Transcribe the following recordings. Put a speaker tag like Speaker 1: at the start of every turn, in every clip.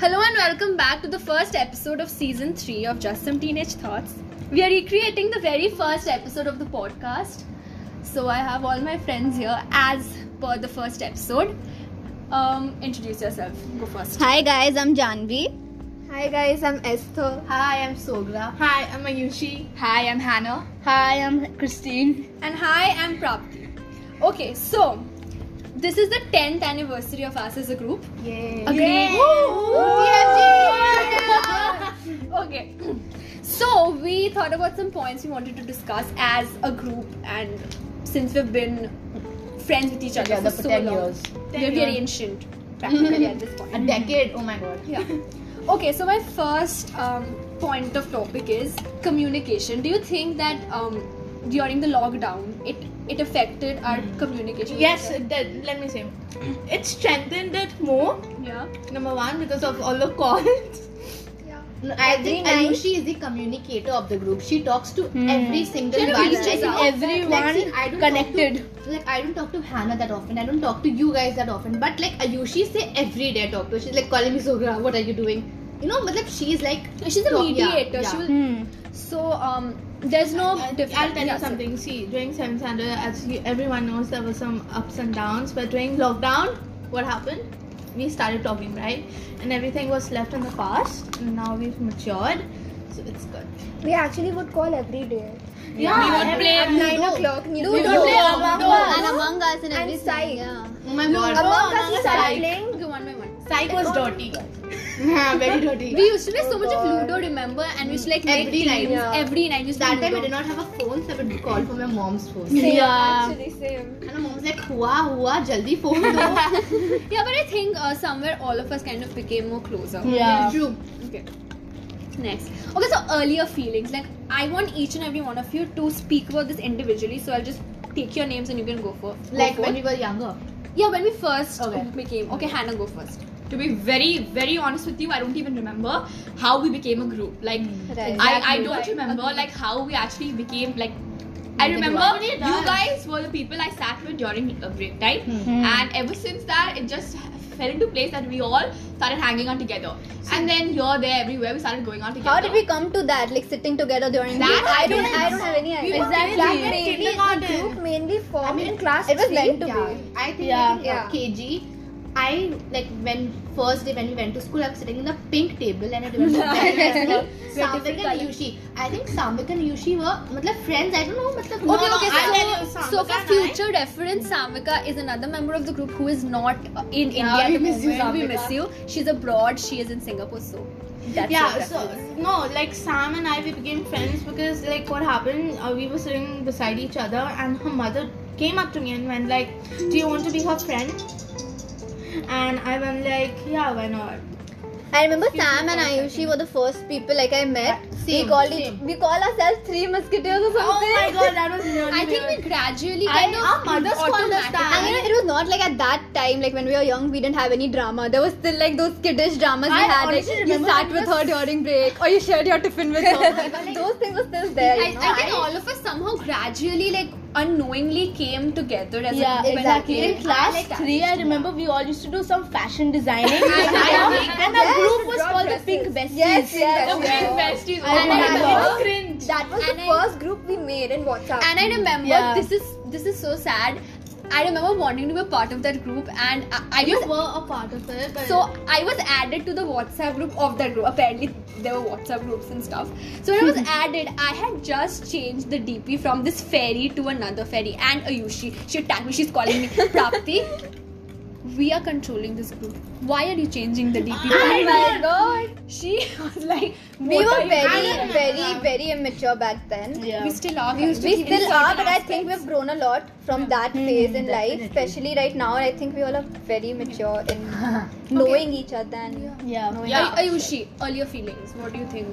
Speaker 1: Hello and welcome back to the first episode of season 3 of Just Some Teenage Thoughts. We are recreating the very first episode of the podcast. So I have all my friends here as per the first episode. Um, introduce yourself. Go first.
Speaker 2: Hi guys, I'm Janvi.
Speaker 3: Hi guys, I'm Esther.
Speaker 1: Hi, I'm Sogra.
Speaker 3: Hi, I'm Ayushi.
Speaker 1: Hi, I'm Hannah.
Speaker 2: Hi, I'm Christine.
Speaker 1: And hi, I'm Prapti. Okay, so this is the 10th anniversary of us as a group.
Speaker 3: Yay.
Speaker 1: Agree. TFG. okay. So we thought about some points we wanted to discuss as a group, and since we've been friends with each other
Speaker 2: Together
Speaker 1: for
Speaker 2: for
Speaker 1: so
Speaker 2: 10
Speaker 1: long,
Speaker 2: years.
Speaker 1: we're very ancient practically at this point.
Speaker 2: A decade, oh my god.
Speaker 1: Yeah. Okay, so my first um, point of topic is communication. Do you think that um, during the lockdown, it it affected our communication?
Speaker 3: Mm-hmm. Yes, that, let me say. It strengthened it more.
Speaker 1: Yeah.
Speaker 3: Number one, because of all the calls.
Speaker 4: No, I
Speaker 2: Every
Speaker 4: think
Speaker 2: night-
Speaker 4: Ayushi is the communicator of the group. She talks to
Speaker 2: Hmm.
Speaker 4: every single
Speaker 1: She
Speaker 4: one.
Speaker 1: reaches
Speaker 4: I think
Speaker 1: out.
Speaker 4: Like, see,
Speaker 2: Everyone
Speaker 4: I don't
Speaker 2: connected.
Speaker 4: Talk to, like I don't talk to Hannah that often. I don't talk to you guys that often. But like Ayushi say every day I talk to. her. She's like calling me Sogra. What are you doing? You know, but like she is like
Speaker 1: She's a
Speaker 4: talk- yeah,
Speaker 1: mediator.
Speaker 4: yeah.
Speaker 1: She will
Speaker 2: Hmm.
Speaker 1: So um, there's no.
Speaker 3: I'll,
Speaker 1: diff-
Speaker 3: I'll tell
Speaker 1: yeah,
Speaker 3: you
Speaker 1: so-
Speaker 3: something. See, during seventh standard, as you, everyone knows, there were some ups and downs. But during lockdown, what happened? We started talking, right? And everything was left in the past. And now we've matured, so it's good.
Speaker 5: We actually would call every day.
Speaker 3: Yeah,
Speaker 4: We would
Speaker 3: every-
Speaker 4: play
Speaker 3: every-
Speaker 5: Nine o'clock. New
Speaker 4: We
Speaker 5: Year.
Speaker 4: would play
Speaker 5: No,
Speaker 4: Among
Speaker 5: no,
Speaker 4: Us.
Speaker 5: no.
Speaker 2: And among us and
Speaker 5: And
Speaker 2: everything.
Speaker 5: Psych.
Speaker 2: Yeah.
Speaker 4: Oh my god.
Speaker 5: Among
Speaker 3: Among
Speaker 5: Us, we
Speaker 3: Us,
Speaker 5: started
Speaker 3: like-
Speaker 5: playing.
Speaker 1: Okay, one by one.
Speaker 3: Psych was dirty.
Speaker 4: Yeah, very dirty.
Speaker 1: We used to play so
Speaker 5: Oh
Speaker 1: much of
Speaker 5: God.
Speaker 1: Ludo, remember? And we used to like
Speaker 4: Every
Speaker 1: make
Speaker 4: night.
Speaker 1: teams
Speaker 5: Yeah.
Speaker 1: every night. We used to
Speaker 4: that
Speaker 1: play
Speaker 4: time I
Speaker 1: Ludo.
Speaker 4: did not have a phone, so I would call from my mom's phone.
Speaker 5: Same,
Speaker 2: Yeah.
Speaker 5: Actually, same.
Speaker 4: And my mom's like, hua hua, jaldi phone do.
Speaker 1: Yeah, but I think uh, somewhere all of us kind of became more closer.
Speaker 2: Yeah.
Speaker 4: True.
Speaker 1: Okay. Next. Okay, so earlier feelings. Like I want each and every one of you to speak about this individually. So I'll just take your names and you can go for go
Speaker 4: Like
Speaker 1: forth.
Speaker 4: when we were younger.
Speaker 1: yeah when we first
Speaker 4: Okay.
Speaker 1: became okay Hannah go first
Speaker 6: to be very very honest with you i don't even remember how we became a group like
Speaker 5: Right.
Speaker 6: I, I don't remember like how we actually became like I
Speaker 4: Like a
Speaker 6: remember
Speaker 4: group.
Speaker 6: you guys were the people I sat with during a break time,
Speaker 2: Hmm.
Speaker 6: and ever since that it just fell into place that we all started hanging out together. and then here, there, everywhere, we started going out together.
Speaker 2: How did we come to that? Like sitting together during
Speaker 6: That
Speaker 2: the-
Speaker 6: I
Speaker 2: I don't.
Speaker 6: don't
Speaker 2: I don't have any idea.
Speaker 5: were
Speaker 2: Exactly.
Speaker 5: mainly, the group mainly formed
Speaker 4: I mean,
Speaker 5: in class
Speaker 2: it was
Speaker 5: three.
Speaker 2: meant to
Speaker 4: yeah.
Speaker 2: be.
Speaker 4: I think
Speaker 2: Yeah.
Speaker 4: yeah.
Speaker 5: Yeah.
Speaker 4: KG. I like when first day when we went to school, I was sitting in the pink table and I remember that Samvik and Yushi. I think Samvik and Yushi were matlab, friends. I don't know. Matlab,
Speaker 1: okay
Speaker 4: no,
Speaker 1: okay
Speaker 4: I
Speaker 1: so,
Speaker 4: tell you,
Speaker 1: so for future reference Samvika is another member of the group who is not uh, in India at
Speaker 4: we
Speaker 1: the
Speaker 4: miss you,
Speaker 1: moment. we
Speaker 4: Samvika.
Speaker 1: miss you she's abroad she is in Singapore so that's
Speaker 3: yeah
Speaker 1: your
Speaker 3: so
Speaker 1: preference.
Speaker 3: no like sam and i we became friends because like what happened uh, we were sitting beside each other and her mother came up to me and went like do you want to be her friend and i went like yeah why not
Speaker 2: I remember Sam and Ayushi were the first people like I met. we
Speaker 4: Same,
Speaker 2: called
Speaker 4: same.
Speaker 2: it, we call ourselves three musketeers or
Speaker 3: oh
Speaker 2: something.
Speaker 3: my god that was really
Speaker 1: I think
Speaker 3: weird.
Speaker 1: we gradually
Speaker 3: I-
Speaker 1: kind of
Speaker 3: our mothers called us
Speaker 1: automatically-
Speaker 3: that.
Speaker 2: I mean, it was not like at that time, like when we were young, we didn't have any drama. There was still like those kiddish dramas we
Speaker 3: I
Speaker 2: had. Like,
Speaker 3: honestly
Speaker 2: you
Speaker 3: remember
Speaker 2: sat
Speaker 3: when
Speaker 2: with her during break, or you shared your tiffin with her. those things were still there.
Speaker 1: I,
Speaker 2: You know?
Speaker 1: I think all of us somehow gradually like unknowingly came together as a group when we came.
Speaker 2: In class
Speaker 1: I like
Speaker 2: three, I remember we all used to do some fashion designing, and our group was called the Pink Besties. Yes, yes,
Speaker 6: The pink besties.
Speaker 2: I
Speaker 6: oh my
Speaker 2: remember.
Speaker 6: God.
Speaker 5: That was
Speaker 1: And
Speaker 5: the
Speaker 1: I-
Speaker 5: first group we made in WhatsApp.
Speaker 1: and I remember
Speaker 2: Yeah.
Speaker 1: this is this is so sad I remember wanting to be a part of that group and I, I
Speaker 3: you
Speaker 1: was
Speaker 3: were a part of it but
Speaker 1: So I was added to the WhatsApp group of that group. Apparently there were WhatsApp groups and stuff. So when I was
Speaker 2: Hmm.
Speaker 1: added, I had just changed the DP from this fairy to another fairy and Ayushi. She attacked me. She's calling me Prapti. We are controlling this group. Why are you changing the DP?
Speaker 2: Oh my god.
Speaker 1: she was like,
Speaker 2: We
Speaker 1: "What are
Speaker 2: were
Speaker 1: you
Speaker 2: very,
Speaker 1: doing?"
Speaker 2: very, very immature back then.
Speaker 1: We still are.
Speaker 2: We still are, but I think we've grown a lot from that phase in life, especially right now. I think we all are very mature in knowing each other and yeah. knowing
Speaker 6: Yeah.
Speaker 1: Ay- Ayushi, earlier feelings. What do you think?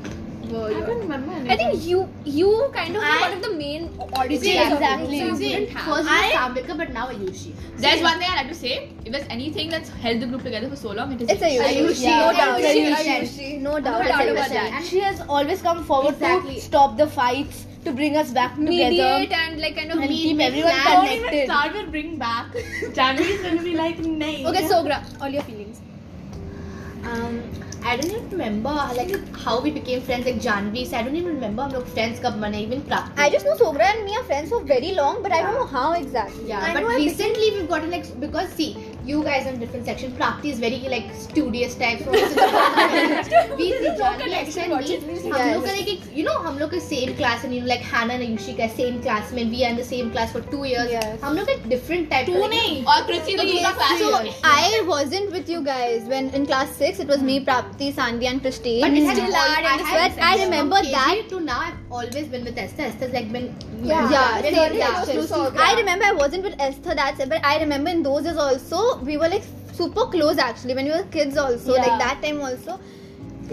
Speaker 1: Were
Speaker 3: i
Speaker 1: your...
Speaker 3: don't remember
Speaker 1: I think you you kind of were
Speaker 3: I-
Speaker 1: one of the main origins.
Speaker 4: See,
Speaker 2: exactly.
Speaker 1: So you
Speaker 4: See,
Speaker 1: didn't have.
Speaker 4: First
Speaker 3: I-
Speaker 4: was Samvika, but now Ayushi.
Speaker 6: There's one thing I'd like to say. If there's anything that's held the group together for so long, it is
Speaker 2: It's a Ayushi,
Speaker 6: Ayushi.
Speaker 4: Yeah.
Speaker 2: no doubt.
Speaker 4: Ayushi.
Speaker 2: Ayushi, no doubt.
Speaker 1: doubt
Speaker 2: Ayushi.
Speaker 1: about that.
Speaker 2: And she has always come forward
Speaker 4: Exactly.
Speaker 2: to stop the fights, to bring us back
Speaker 1: mediate
Speaker 2: together,
Speaker 1: and like kind of
Speaker 2: and
Speaker 1: lead
Speaker 2: keep
Speaker 1: me
Speaker 2: everyone
Speaker 1: back.
Speaker 3: don't even
Speaker 2: connected.
Speaker 3: start with bring back January is gonna be like nay
Speaker 1: Okay, Sogra, all your feelings.
Speaker 4: Um,
Speaker 3: I don't even remember like how we became friends. Like Janvi said, I don't even remember हम लोग friends कब बने even प्राप्ति.
Speaker 2: I just know Sogra and me are friends for very long, but I don't know how exactly.
Speaker 3: Yeah,
Speaker 2: I
Speaker 3: but
Speaker 2: know I
Speaker 3: recently we've gotten like because see, you guys are in different section. Prakti is very like studious type. So we see Janvi
Speaker 1: connection
Speaker 3: and me. हम
Speaker 2: Yes.
Speaker 3: लोग का like एक- you know हम लोग का same class and you know like Hannah and Ayushi का same class में we are in the same class for two years.
Speaker 2: Yes.
Speaker 3: हम लोग का different type. का,
Speaker 7: Two
Speaker 3: like,
Speaker 7: नहीं
Speaker 6: और कृषि तो दूसरा class
Speaker 2: So
Speaker 6: है।
Speaker 2: I wasn't with you guys when in class six. It was me, Prapti, Sanvi, and Pristine.
Speaker 3: But it has
Speaker 2: Still
Speaker 3: all-
Speaker 2: are in
Speaker 3: I
Speaker 2: this
Speaker 3: have
Speaker 2: but I
Speaker 3: friends
Speaker 2: remember
Speaker 3: from KG
Speaker 2: that.
Speaker 3: to now I've always been with Esther. Esther's like been
Speaker 2: Yeah,
Speaker 3: very
Speaker 2: same
Speaker 3: close
Speaker 2: reaction.
Speaker 3: to Sogra.
Speaker 2: I remember I wasn't with Esther. That's it. But I remember in those years also we were like super close actually when we were kids also
Speaker 1: Yeah.
Speaker 2: like that time also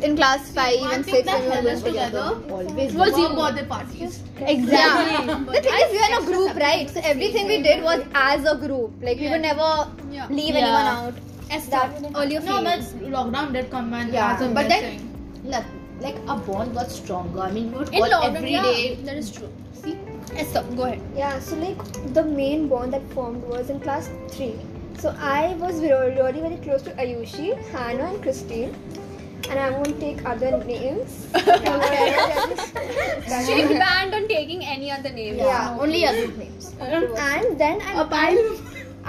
Speaker 2: in class five
Speaker 7: one
Speaker 2: and
Speaker 7: thing
Speaker 2: six
Speaker 7: that
Speaker 2: when we were
Speaker 7: held us
Speaker 2: going together.
Speaker 3: always
Speaker 7: was your birthday parties.
Speaker 2: Exactly. the thing is, we were in a group, right? So everything we did was as a group. Like we would never leave
Speaker 1: Yeah.
Speaker 2: anyone out.
Speaker 1: As
Speaker 2: That earlier
Speaker 7: No, but
Speaker 2: phase.
Speaker 7: lockdown did come and
Speaker 3: Yeah,
Speaker 7: as a
Speaker 3: but then-
Speaker 7: blessing.
Speaker 3: Look, like our bond got stronger. I mean, we would
Speaker 1: In
Speaker 3: call
Speaker 1: lockdown,
Speaker 3: every
Speaker 1: yeah.
Speaker 3: day.
Speaker 1: That is true.
Speaker 3: See,
Speaker 1: Esther, go ahead.
Speaker 5: Yeah, so like the main bond that formed was in class 3. So I was really, really very close to Ayushi, Hannah, and Christine. And I won't take other names.
Speaker 1: Strict banned on taking any other name.
Speaker 5: yeah.
Speaker 3: only our group names.
Speaker 5: And then I, I,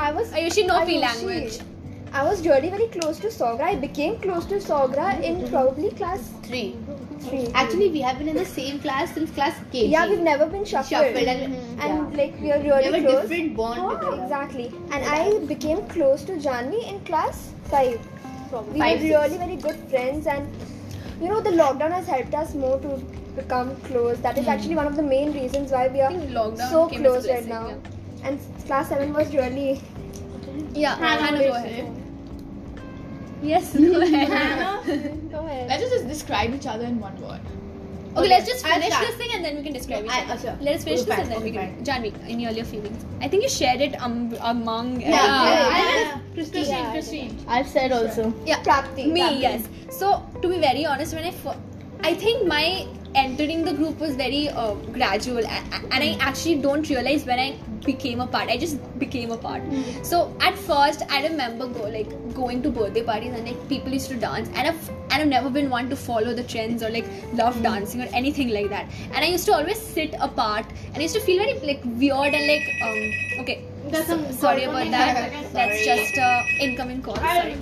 Speaker 5: I was.
Speaker 1: Ayushi, no P
Speaker 5: Ayushi.
Speaker 1: language.
Speaker 5: I was really very close to Sogra. I became close to Sogra in probably class
Speaker 3: Three.
Speaker 5: 3.
Speaker 3: Actually, we have been in the same class since class KG.
Speaker 5: Yeah, we've never been shuffled.
Speaker 3: shuffled and,
Speaker 5: And
Speaker 3: yeah.
Speaker 5: like we are
Speaker 3: we
Speaker 5: really
Speaker 3: have a
Speaker 5: close.
Speaker 3: different bond
Speaker 5: Oh,
Speaker 3: together.
Speaker 5: exactly. And I became close to Janvi in class 5. We
Speaker 3: Five,
Speaker 5: were
Speaker 3: six.
Speaker 5: really very good friends, and you know, the lockdown has helped us more to become close. That is actually one of the main reasons why we are
Speaker 1: think lockdown
Speaker 5: so
Speaker 1: came as a
Speaker 5: close right
Speaker 1: blessing,
Speaker 5: now. And class 7 was really.
Speaker 1: Yeah, Hannah, go ahead. Yes,
Speaker 6: Let's just describe each other in one word.
Speaker 1: Okay, let's just
Speaker 3: I'll
Speaker 1: finish
Speaker 3: start.
Speaker 1: this thing and then we can describe it.
Speaker 3: I- uh, sure.
Speaker 1: Let's finish
Speaker 3: Okay,
Speaker 1: this and then we
Speaker 3: fine,
Speaker 1: can. Janvi, any earlier feelings? I think you shared it um, among.
Speaker 3: Yeah.
Speaker 1: everyone.
Speaker 7: Yeah. Christine, Christine.
Speaker 2: I've said also.
Speaker 1: yeah
Speaker 5: Prapti.
Speaker 1: me
Speaker 5: Prapti.
Speaker 1: yes so to be very honest when i fir- i think my entering the group was very uh, gradual a- a- and i actually don't realize when i became a part i just became a part so at first i remember go, like going to birthday parties and like people used to dance and i've and i've never been one to follow the trends or like love dancing or anything like that and i used to always sit apart and i used to feel very like weird and like um okay
Speaker 7: There's some
Speaker 1: sorry
Speaker 7: girl
Speaker 1: about
Speaker 7: coming
Speaker 1: that
Speaker 7: back again.
Speaker 1: that's just uh, incoming call sorry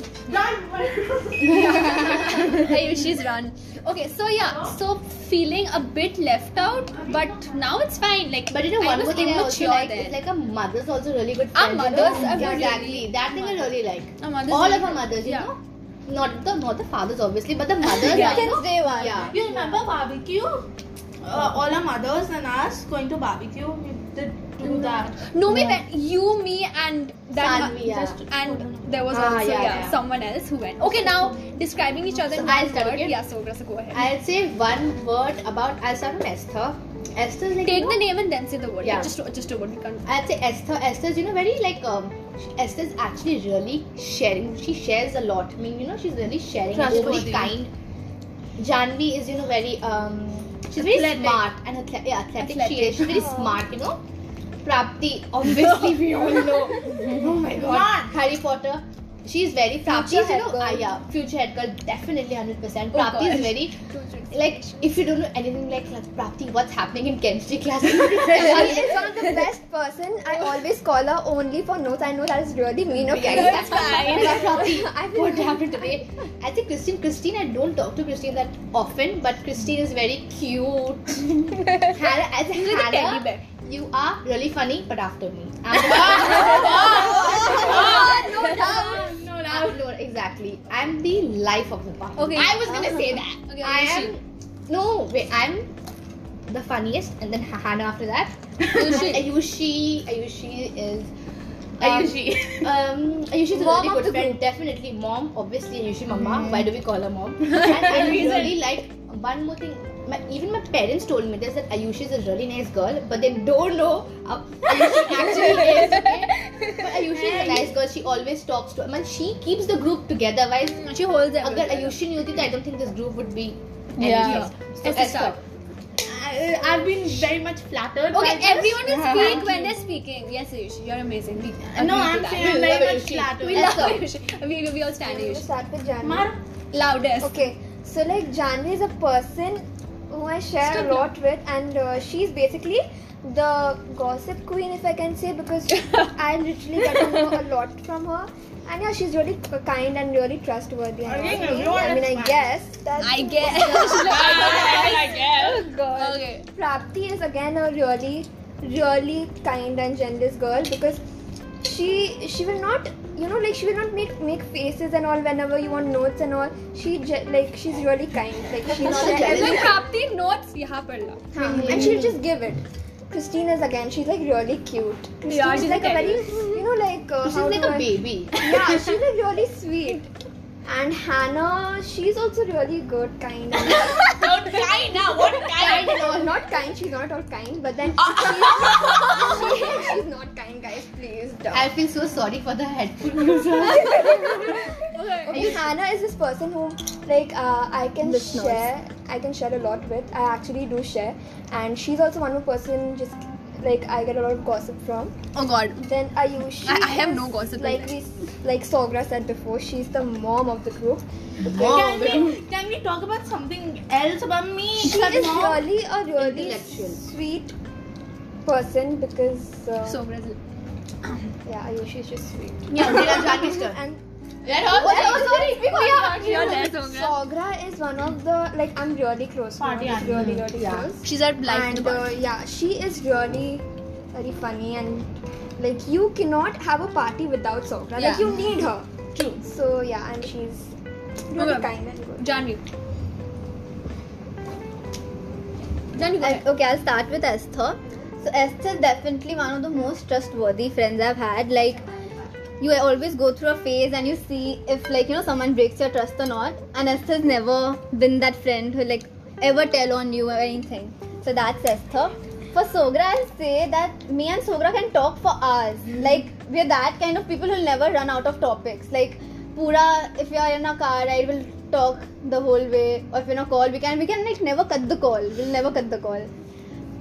Speaker 1: Ayushi's run. Okay, so yeah, so feeling a bit left out, but now it's fine. Like,
Speaker 3: But you know,
Speaker 1: I
Speaker 3: one
Speaker 1: was
Speaker 3: more thing I also
Speaker 1: immature
Speaker 3: like
Speaker 1: then.
Speaker 3: is like our mothers also really good
Speaker 1: Our
Speaker 3: friends.
Speaker 1: mothers are
Speaker 3: yeah,
Speaker 1: really-
Speaker 3: exactly that thing I really like.
Speaker 1: Our mothers
Speaker 3: All
Speaker 1: really-
Speaker 3: of our mothers, you
Speaker 1: Yeah.
Speaker 3: know, not the not the fathers obviously, but the mothers.
Speaker 1: Yeah.
Speaker 3: are, you know,
Speaker 2: Since day one.
Speaker 3: yeah.
Speaker 7: You remember barbecue? Uh, all our mothers and us going to barbecue. We did
Speaker 3: Mm-hmm.
Speaker 7: do that.
Speaker 1: no, me, but you, me, and that
Speaker 3: Sanvi, yeah.
Speaker 1: just and there was
Speaker 3: Ah,
Speaker 1: also
Speaker 3: yeah,
Speaker 1: yeah,
Speaker 3: yeah.
Speaker 1: someone else who went. Okay, now describing each other.
Speaker 3: So
Speaker 1: in
Speaker 3: I'll
Speaker 1: one
Speaker 3: start,
Speaker 1: word.
Speaker 3: okay?
Speaker 1: Yeah, so so go ahead.
Speaker 3: I'll say one word about. I'll start from Esther. Esther's like.
Speaker 1: Take
Speaker 3: you
Speaker 1: the
Speaker 3: know,
Speaker 1: name and then say the word.
Speaker 3: Yeah.
Speaker 1: Just just a word. We can't.
Speaker 3: um, I'd say Esther. Esther's you know very like um. she- Esther's actually really sharing. She shares a lot. I mean you know she's really sharing. and Overly
Speaker 7: Trustworthy.
Speaker 3: kind. Janvi is you know very um. She's very
Speaker 7: Athletic.
Speaker 3: smart and athle- yeah, athletic. She
Speaker 1: Athletic.
Speaker 3: is. She's very smart. You know. Prapti obviously we all know. oh my god. Harry Potter. She's very Prapti. is, You
Speaker 2: head
Speaker 3: know,
Speaker 2: girl.
Speaker 3: ah, yeah, future head girl definitely hundred percent.
Speaker 1: Oh
Speaker 3: Prapti is
Speaker 1: gosh.
Speaker 3: very like if you don't know anything like, like Prapti, what's happening in chemistry class? Sorry,
Speaker 5: She is one of the best person. I always call her only for notes. I know that is really mean of
Speaker 3: Yeah,
Speaker 5: you.
Speaker 3: that's fine. That's probably what happened today. I think Christine, Christine, I don't talk to Christine that often, but Christine is very cute. Hannah, as
Speaker 1: She's like a teddy
Speaker 3: Hannah,
Speaker 1: bear.
Speaker 3: you are really funny, but after me. no doubt. No, exactly. I'm the life of the party.
Speaker 1: Okay.
Speaker 3: I was gonna say that.
Speaker 1: Okay,
Speaker 3: I
Speaker 1: Ayushi.
Speaker 3: am. No, wait. I'm the funniest, and then Hannah after that.
Speaker 1: Ayushi.
Speaker 3: Ayushi. Ayushi is.
Speaker 7: Ayushi.
Speaker 3: Um, Ayushi is a
Speaker 2: Mom
Speaker 3: really
Speaker 2: of
Speaker 3: good
Speaker 2: the
Speaker 3: friend. Definitely, mom. Obviously, Ayushi, mama.
Speaker 7: Hmm.
Speaker 3: Why do we call her mom? and I really like one more thing. My, even my parents told me this that Ayushi is a really nice girl, but they don't know how Ayushi actually is. Okay? But Ayushi is a nice girl. She always talks to. I mean, she keeps the group together. Why?
Speaker 1: She holds everyone.
Speaker 3: अगर आयुषी नहीं होती तो I don't think this group would be
Speaker 1: Yeah. Yes, start.
Speaker 7: I, I've been very much flattered. by
Speaker 1: Okay,
Speaker 7: this.
Speaker 1: everyone will
Speaker 7: Thank
Speaker 1: speak when
Speaker 7: you.
Speaker 1: they're speaking. Yes, Ayushi, you're amazing. We
Speaker 7: No,
Speaker 1: agree to
Speaker 7: I'm saying I'm
Speaker 1: that.
Speaker 3: We love
Speaker 7: very much
Speaker 3: Ayushi.
Speaker 7: flattered.
Speaker 1: We love Ayushi. We, we all stand
Speaker 5: We'll
Speaker 1: Ayushi.
Speaker 5: start with Janvi.
Speaker 7: Mar-
Speaker 1: Loudest.
Speaker 5: Okay, so like Janvi is a person who I share a lot with, and uh, she's basically the gossip queen, if I can say, because I literally get to know a lot from her. And yeah, she's really k- kind and really trustworthy. And
Speaker 3: I think
Speaker 5: everything.
Speaker 3: everyone
Speaker 5: I mean,
Speaker 3: is
Speaker 5: I
Speaker 3: fine.
Speaker 5: guess that's
Speaker 1: I guess. Oh,
Speaker 6: I guess.
Speaker 5: girl.
Speaker 1: okay.
Speaker 5: Prapti is again a really, really kind and generous girl because she she will not you know like she will not make make faces and all whenever you want notes and all she ge- like she's really kind like she's not
Speaker 1: And
Speaker 5: like,
Speaker 1: then Prapti notes यहाँ पर ला.
Speaker 5: and she'll just give it Christine is again she's like really cute Christine is
Speaker 1: she's
Speaker 5: like a
Speaker 1: a
Speaker 5: very you know like uh,
Speaker 4: She's
Speaker 5: how
Speaker 4: like
Speaker 5: do
Speaker 4: a
Speaker 5: I-
Speaker 4: baby.
Speaker 5: yeah she's like really sweet and Hannah she's also really good kind and
Speaker 6: Don't cry now. What
Speaker 5: kind
Speaker 6: kind?
Speaker 5: and all. Not kind, she's not all kind, but then she's, she- she's not kind, guys. Please don't.
Speaker 4: I feel so sorry for the headphone.
Speaker 5: Okay, Hannah is this person who, like, uh, I can share. I can share a lot with. I actually do share, and she's also one more person just like I get a lot of gossip from.
Speaker 1: Oh God.
Speaker 5: Then Ayushi.
Speaker 1: I- I have
Speaker 5: is,
Speaker 1: no gossip in
Speaker 5: Like we, like Sogra said before, she's the mom of the group.
Speaker 4: Mom,
Speaker 3: Can we, can we talk about something else about me?
Speaker 5: She
Speaker 3: except
Speaker 5: is
Speaker 3: mom?
Speaker 5: really a really
Speaker 4: Intellectual.
Speaker 5: sweet person because uh,
Speaker 1: So Brazil.
Speaker 5: yeah, Ayushi is just sweet.
Speaker 4: yeah, we are Jagdish turn.
Speaker 5: And
Speaker 6: Let her.
Speaker 5: Oh, sorry.
Speaker 1: You're there, Sogra.
Speaker 5: Sogra is one of the like I'm really close. to her.
Speaker 3: Party
Speaker 5: Like,
Speaker 3: animal.
Speaker 5: really, really close.
Speaker 1: She's our blind.
Speaker 5: and uh, yeah, she is really very funny and like you cannot have a party without Sogra. Like
Speaker 1: Yeah.
Speaker 5: you need her.
Speaker 1: True.
Speaker 5: So yeah, and she's really
Speaker 1: Okay.
Speaker 5: kind and good.
Speaker 1: uh, Janvi.
Speaker 2: Then okay, I'll start with Esther. So Esther is definitely one of the most trustworthy friends I've had. Like you always go through a phase and you see if like you know someone breaks your trust or not. And Esther's never been that friend who like ever tell on you or anything. So that's Esther. For Sogra, I'll say that me and Sogra can talk for hours. Like we're that kind of people who'll never run out of topics. Like pura if you are in a car ride we'll talk the whole way or if in a call we can we can like never cut the call we'll never cut the call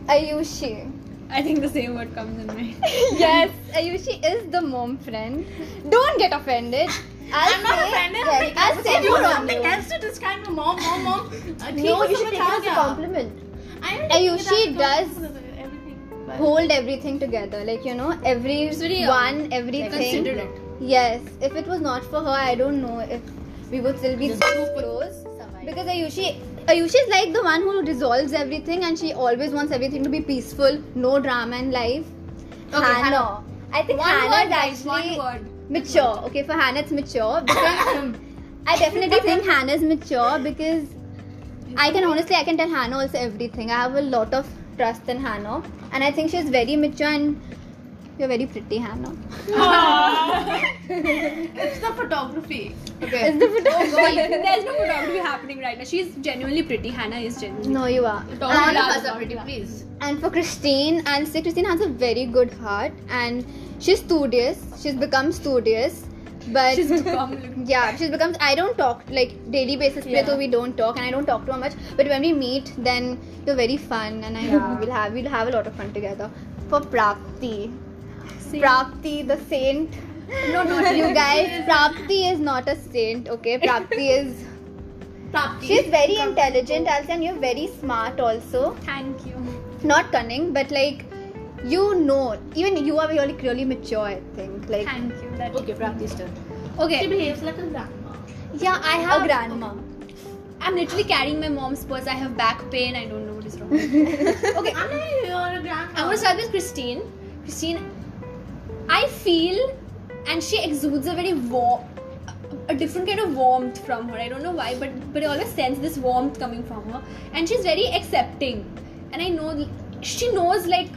Speaker 2: ayushi
Speaker 1: I think the same word comes in mind.
Speaker 2: yes ayushi is the mom friend don't get offended I'll
Speaker 3: I'm not
Speaker 2: say-
Speaker 3: offended. I'm
Speaker 2: yes,
Speaker 3: like,
Speaker 2: I'll say
Speaker 3: you
Speaker 2: more
Speaker 3: have
Speaker 2: on you.
Speaker 3: something else to describe the mom, mom, mom. Uh,
Speaker 2: No,
Speaker 3: ठीक
Speaker 2: you
Speaker 3: है, समझ
Speaker 2: should take it
Speaker 3: uh
Speaker 2: as a
Speaker 3: गया.
Speaker 2: compliment.
Speaker 3: I don't
Speaker 2: And
Speaker 3: take it
Speaker 2: she
Speaker 3: as a
Speaker 2: does
Speaker 3: compliment, everything, but-
Speaker 2: Hold everything together, like you know, every
Speaker 1: very, um,
Speaker 2: one, everything.
Speaker 6: Consider it.
Speaker 2: Yes, if it was not for her, I don't know if we would still be so close. Because Ayushi, Ayushi is like the one who resolves everything, and she always wants everything to be peaceful, no drama in life.
Speaker 4: Okay,
Speaker 2: Hannah. I think
Speaker 1: One
Speaker 2: Hannah
Speaker 1: word,
Speaker 2: is
Speaker 1: guys.
Speaker 2: actually
Speaker 1: One word.
Speaker 2: mature. Okay, for Hannah it's mature. Because um, I definitely think Hannah is mature because I can honestly I can tell Hannah also everything. I have a lot of trust in Hannah, and I think she's very mature and you're very pretty, Hannah.
Speaker 3: It's the photography.
Speaker 4: Okay.
Speaker 1: Oh God. There's no photography happening right now. She's genuinely pretty. Hannah is genuinely.
Speaker 2: No, you are.
Speaker 6: Don't
Speaker 4: All
Speaker 6: laugh.
Speaker 4: of us are pretty, please.
Speaker 2: And for Christine, I'll say Christine has a very good heart and she's studious. She's become studious. But
Speaker 1: She's become.
Speaker 2: yeah, she's becomes I don't talk like daily basis yeah. so we don't talk and I don't talk to her much. But when we meet then you're very fun and I we'll have we'll have a lot of fun together. For Prapti. Prapti the saint. No no you guys Prapti is not a saint, okay? Prapti is She's very intelligent, I'll say, and you're very smart also.
Speaker 1: Thank you.
Speaker 2: Not cunning, but like you know, even you are really, really mature. I think like
Speaker 1: Thank you. That
Speaker 4: Okay, Prapti's turn.
Speaker 3: She
Speaker 1: okay.
Speaker 3: behaves like a grandma.
Speaker 1: Yeah, I have.
Speaker 2: a grandma.
Speaker 1: I'm literally carrying my mom's purse. I have back pain. I don't know what is wrong.
Speaker 3: Okay, I'm not you're a grandma.
Speaker 1: I'm gonna start with Christine. Christine, I feel, and she exudes a very warm, a different kind of warmth from her. I don't know why, but but I always sense this warmth coming from her, and she's very accepting. And I know she knows like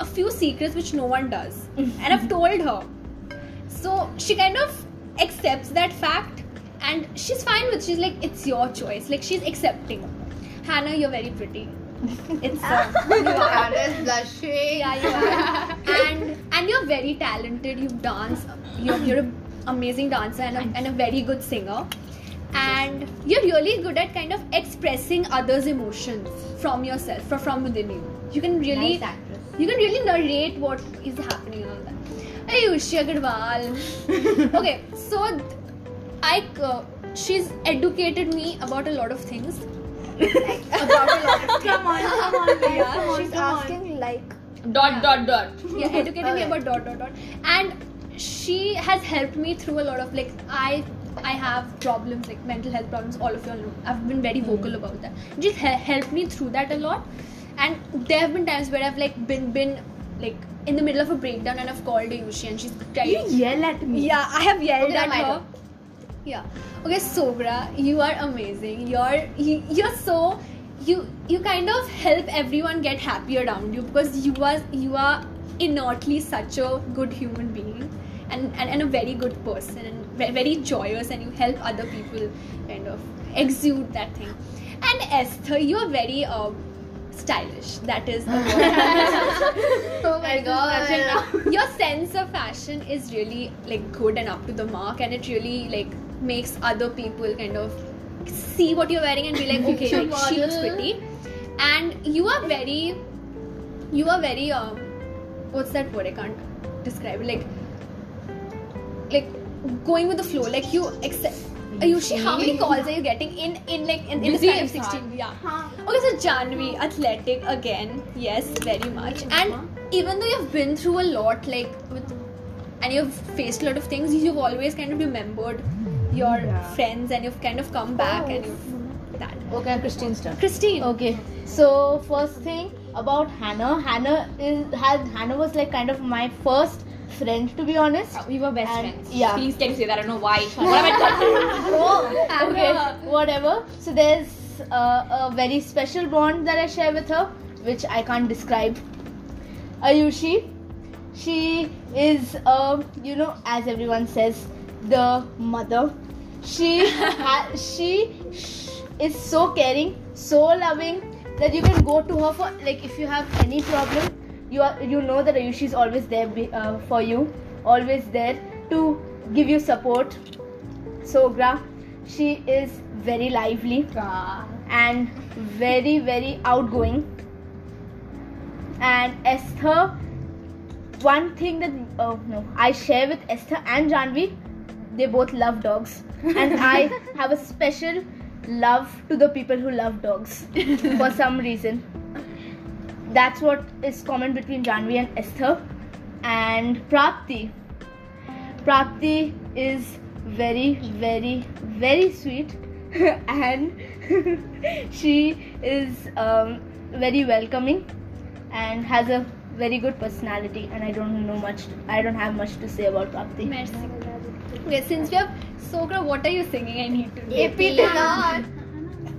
Speaker 1: a few secrets which no one does, and I've told her. So she kind of accepts that fact, and she's fine with. She's like, it's your choice. Like she's accepting. Hannah, you're very pretty. It's. Uh,
Speaker 4: Anna's blushing.
Speaker 1: yeah, you are. and and you're very talented. You dance. You're, you're an amazing dancer and a, and a very good singer. And you're really good at kind of expressing others' emotions from yourself, from, from within you. You can really,
Speaker 4: Nice actress.
Speaker 1: you can really narrate what is happening and all that. Ayushi Agarwal. okay, so th- I uh, she's educated me about a lot of things.
Speaker 5: about a lot of
Speaker 3: Come on, come on, guys. Come on,
Speaker 5: She's
Speaker 3: come on.
Speaker 5: asking like
Speaker 6: Dot dot dot.
Speaker 1: yeah, educated me
Speaker 5: Alright.
Speaker 1: about dot dot dot, and she has helped me through a lot of like I I have problems like mental health problems. All of you all know. I've been very vocal about that. She's he- helped me through that a lot, and there have been times where I've like been been like in the middle of a breakdown and I've called Ayushi and she's tried.
Speaker 3: You yell at me.
Speaker 1: Yeah, I have yelled
Speaker 4: Okay, now
Speaker 1: at
Speaker 4: my
Speaker 1: her. Yeah. Okay, Sogra, you are amazing. You're you, you're so you you kind of help everyone get happy around you because you are you are innately such a good human being and, and, and a very good person and ve- very joyous and you help other people kind of exude that thing. And Esther, you are very um, stylish. That is a
Speaker 4: Oh my god.
Speaker 1: your sense of fashion is really like good and up to the mark and it really like makes other people kind of see what you're wearing and be like okay like she looks
Speaker 4: Model.
Speaker 1: pretty and you are very you are very um what's that word i can't describe it. like like going with the flow like you accept Ayushi, how many calls are you getting in in like in, in the
Speaker 6: Busy
Speaker 1: span of
Speaker 6: inside.
Speaker 1: 16 yeah
Speaker 3: Huh.
Speaker 1: Okay, so Janvi, athletic again. Yes, very much. And even though you've been through a lot, like with, and you've faced a lot of things, you've always kind of remembered your friends, and you've kind of come back, and you've that.
Speaker 4: Okay, Christine stuff.
Speaker 1: Christine,
Speaker 4: Okay, so first thing about Hannah. Hannah is had Hannah was like kind of my first friend to be honest.
Speaker 6: We were best
Speaker 4: And-
Speaker 6: friends.
Speaker 4: yeah.
Speaker 6: Please can you say that? I don't know why. What am I talking
Speaker 4: okay, whatever. So there's uh, a very special bond that I share with her, which I can't describe. Ayushi, she is, uh, you know, as everyone says, the mother. She ha- she sh- is so caring, so loving that you can go to her for like if you have any problem, you are you know that Ayushi is always there be, uh, for you, always there to give you support. Sogra, she is very lively
Speaker 6: about?
Speaker 4: and very very outgoing. And Esther, one thing that oh no, I share with Esther and Janvi, they both love dogs, and I have a special love to the people who love dogs for some reason. That's what is common between Janvi and Esther, and Prapti. Prapti is very, very, very sweet, and she is um, very welcoming and has a very good personality. And I don't know much. I don't have much to say about Prapti.
Speaker 1: Merci. Okay, since we have Sogra, what are you singing? I need to. know.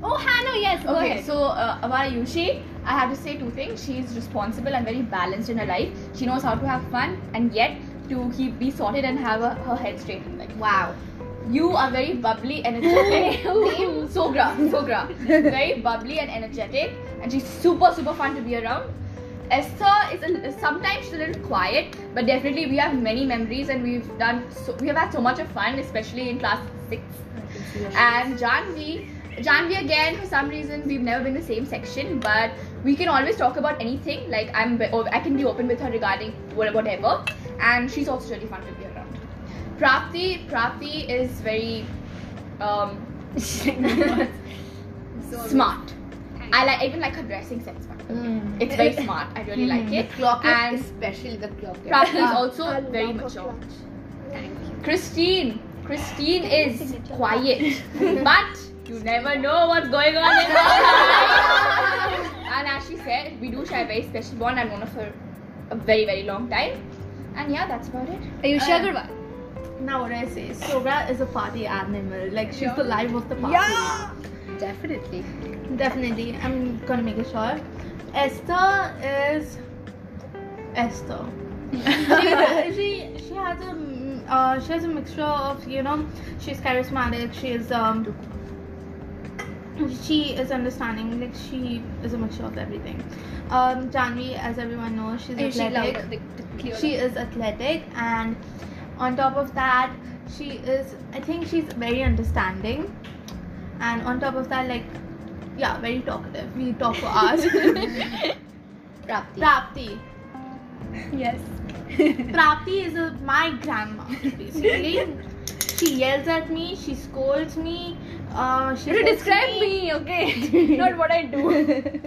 Speaker 1: Oh, Hannah, yes. Go
Speaker 6: Okay,
Speaker 1: ahead.
Speaker 6: so uh, about Ayushi, I have to say two things. She is responsible and very balanced in her life. She knows how to have fun and yet to keep be sorted and have her, her head straight in life.
Speaker 4: Wow.
Speaker 6: You are very bubbly and energetic. Name? Sogra, Sogra. very bubbly and energetic, and she's super super fun to be around. Esther is a, sometimes she's a little quiet, but definitely we have many memories and we've done so, we have had so much of fun, especially in class six. And Janvi, Janvi again for some reason we've never been in the same section, but we can always talk about anything. Like I'm, I can be open with her regarding wha- whatever, and she's also really fun to be around. Prapti, Prapti is very um, smart. I like even like her dressing sense. by the way. It's very smart. I really like it.
Speaker 4: Clock
Speaker 6: And-
Speaker 4: and especially the clock.
Speaker 6: Prapti is also
Speaker 5: I
Speaker 6: very
Speaker 5: love her
Speaker 6: mature.
Speaker 5: clutch.
Speaker 6: Christine, Christine is quiet, but you never know what's going on in her life. And as she said, we do share a very special bond. I've known her for a very very long time. And yeah, that's about it.
Speaker 1: Ayushi Agarwal.
Speaker 3: Now what do I say? Sobra is a party animal. Like she's the life of the party.
Speaker 4: Definitely.
Speaker 3: Definitely. I'm gonna make it short. Esther is Esther. she, she she has a mm, uh, she has a mixture of you know she's charismatic. She is um she is understanding. Like she is a mixture of everything. Um, Janvi, as everyone knows, she's
Speaker 1: Ayushi
Speaker 3: athletic.
Speaker 1: louder, like, to clear
Speaker 3: She
Speaker 1: up.
Speaker 3: is athletic, and on top of that, she is. I think she's very understanding, and on top of that, like, yeah, very talkative. We talk for hours.
Speaker 4: Prapti.
Speaker 3: Prapti.
Speaker 1: yes.
Speaker 3: Prapti is a, my grandma, basically. She yells at me. She scolds me. Uh, she
Speaker 6: You
Speaker 3: hits
Speaker 6: describe me, okay? Not what I do.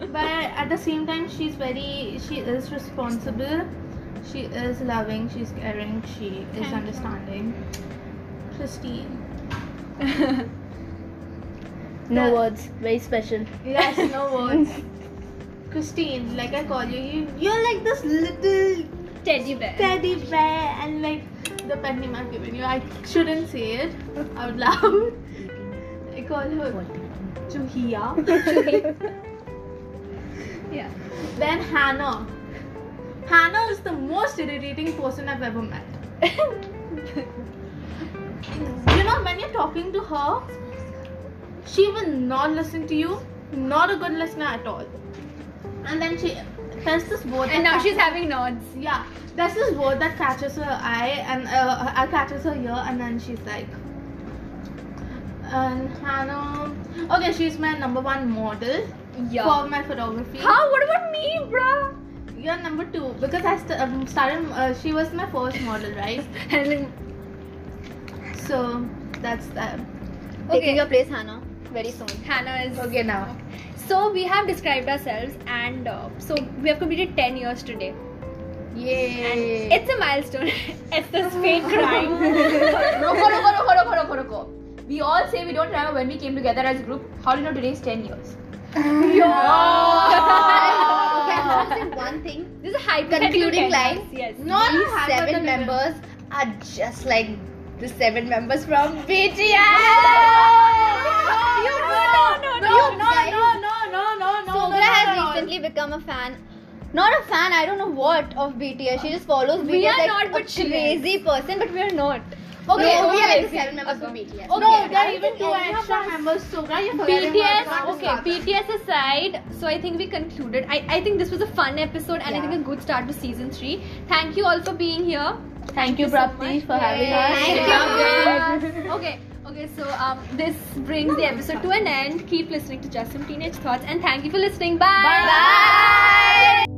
Speaker 3: But at the same time, she's very. She is responsible. She is loving. She's caring. She is understanding. Christine.
Speaker 2: No
Speaker 3: Yeah.
Speaker 2: words. Very special.
Speaker 3: Yes, no words. Christine, like I call you, you you're like this little
Speaker 1: Teddy bear.
Speaker 3: teddy bear, and like the pet name I've given you. I shouldn't say it out loud. I call her Juhia.
Speaker 1: Yeah.
Speaker 3: then Hannah. Hannah is the most irritating person I've ever met. you know, when you're talking to her, she will not listen to you. Not a good listener at all. And then she there's this word.
Speaker 1: And
Speaker 3: that
Speaker 1: now
Speaker 3: catches-
Speaker 1: she's having nods.
Speaker 3: yeah. There's this word that catches her eye and uh, uh, catches her ear, and then she's like. And Hannah, okay, she's my number one model
Speaker 1: Yeah.
Speaker 3: for my photography.
Speaker 1: How? What about me, bruh?
Speaker 3: You're number two because I st- um, started. Uh, she was my first model, right?
Speaker 1: And then
Speaker 3: So that's that.
Speaker 2: Taking your place, Hannah. Very soon.
Speaker 1: Hannah is.
Speaker 3: Okay, now
Speaker 1: So we have described ourselves, and uh, so we have completed 10 years today.
Speaker 4: Yay.
Speaker 1: It's a milestone. it's the fake crying.
Speaker 6: Roko, roko, roko, roko, roko, roko. We all say we don't remember when we came together as a group. How do you know today's 10 years?
Speaker 4: I want to say one thing.
Speaker 1: this is a hypothetical.
Speaker 4: Concluding
Speaker 1: 10
Speaker 4: line.
Speaker 1: years, Yes.
Speaker 4: Not These seven members are just like the seven members from BTS.
Speaker 1: You no, no, no.
Speaker 4: no, no,
Speaker 3: no, no,
Speaker 2: Sogra has recently become a fan. Not a fan, I don't know what of BTS. She just follows BTS.
Speaker 1: We are
Speaker 2: like
Speaker 1: not,
Speaker 2: a
Speaker 1: but she is.
Speaker 2: crazy person, but we are not.
Speaker 4: Okay,
Speaker 2: No,
Speaker 4: we are like the seven members from BTS.
Speaker 3: Okay, no, there are even two extra members. So, guys, you're forgetting
Speaker 1: BTS,
Speaker 3: about
Speaker 1: okay,
Speaker 3: Sagar.
Speaker 1: BTS aside, so I think we concluded. I, I think this was a fun episode and I think a good start to season 3. Thank you all for being here.
Speaker 4: Thank you, Prapti, for having
Speaker 1: okay, okay, so um, this brings the episode to an end. Keep listening to Just Some Teenage Thoughts and thank you for listening. Bye. Bye.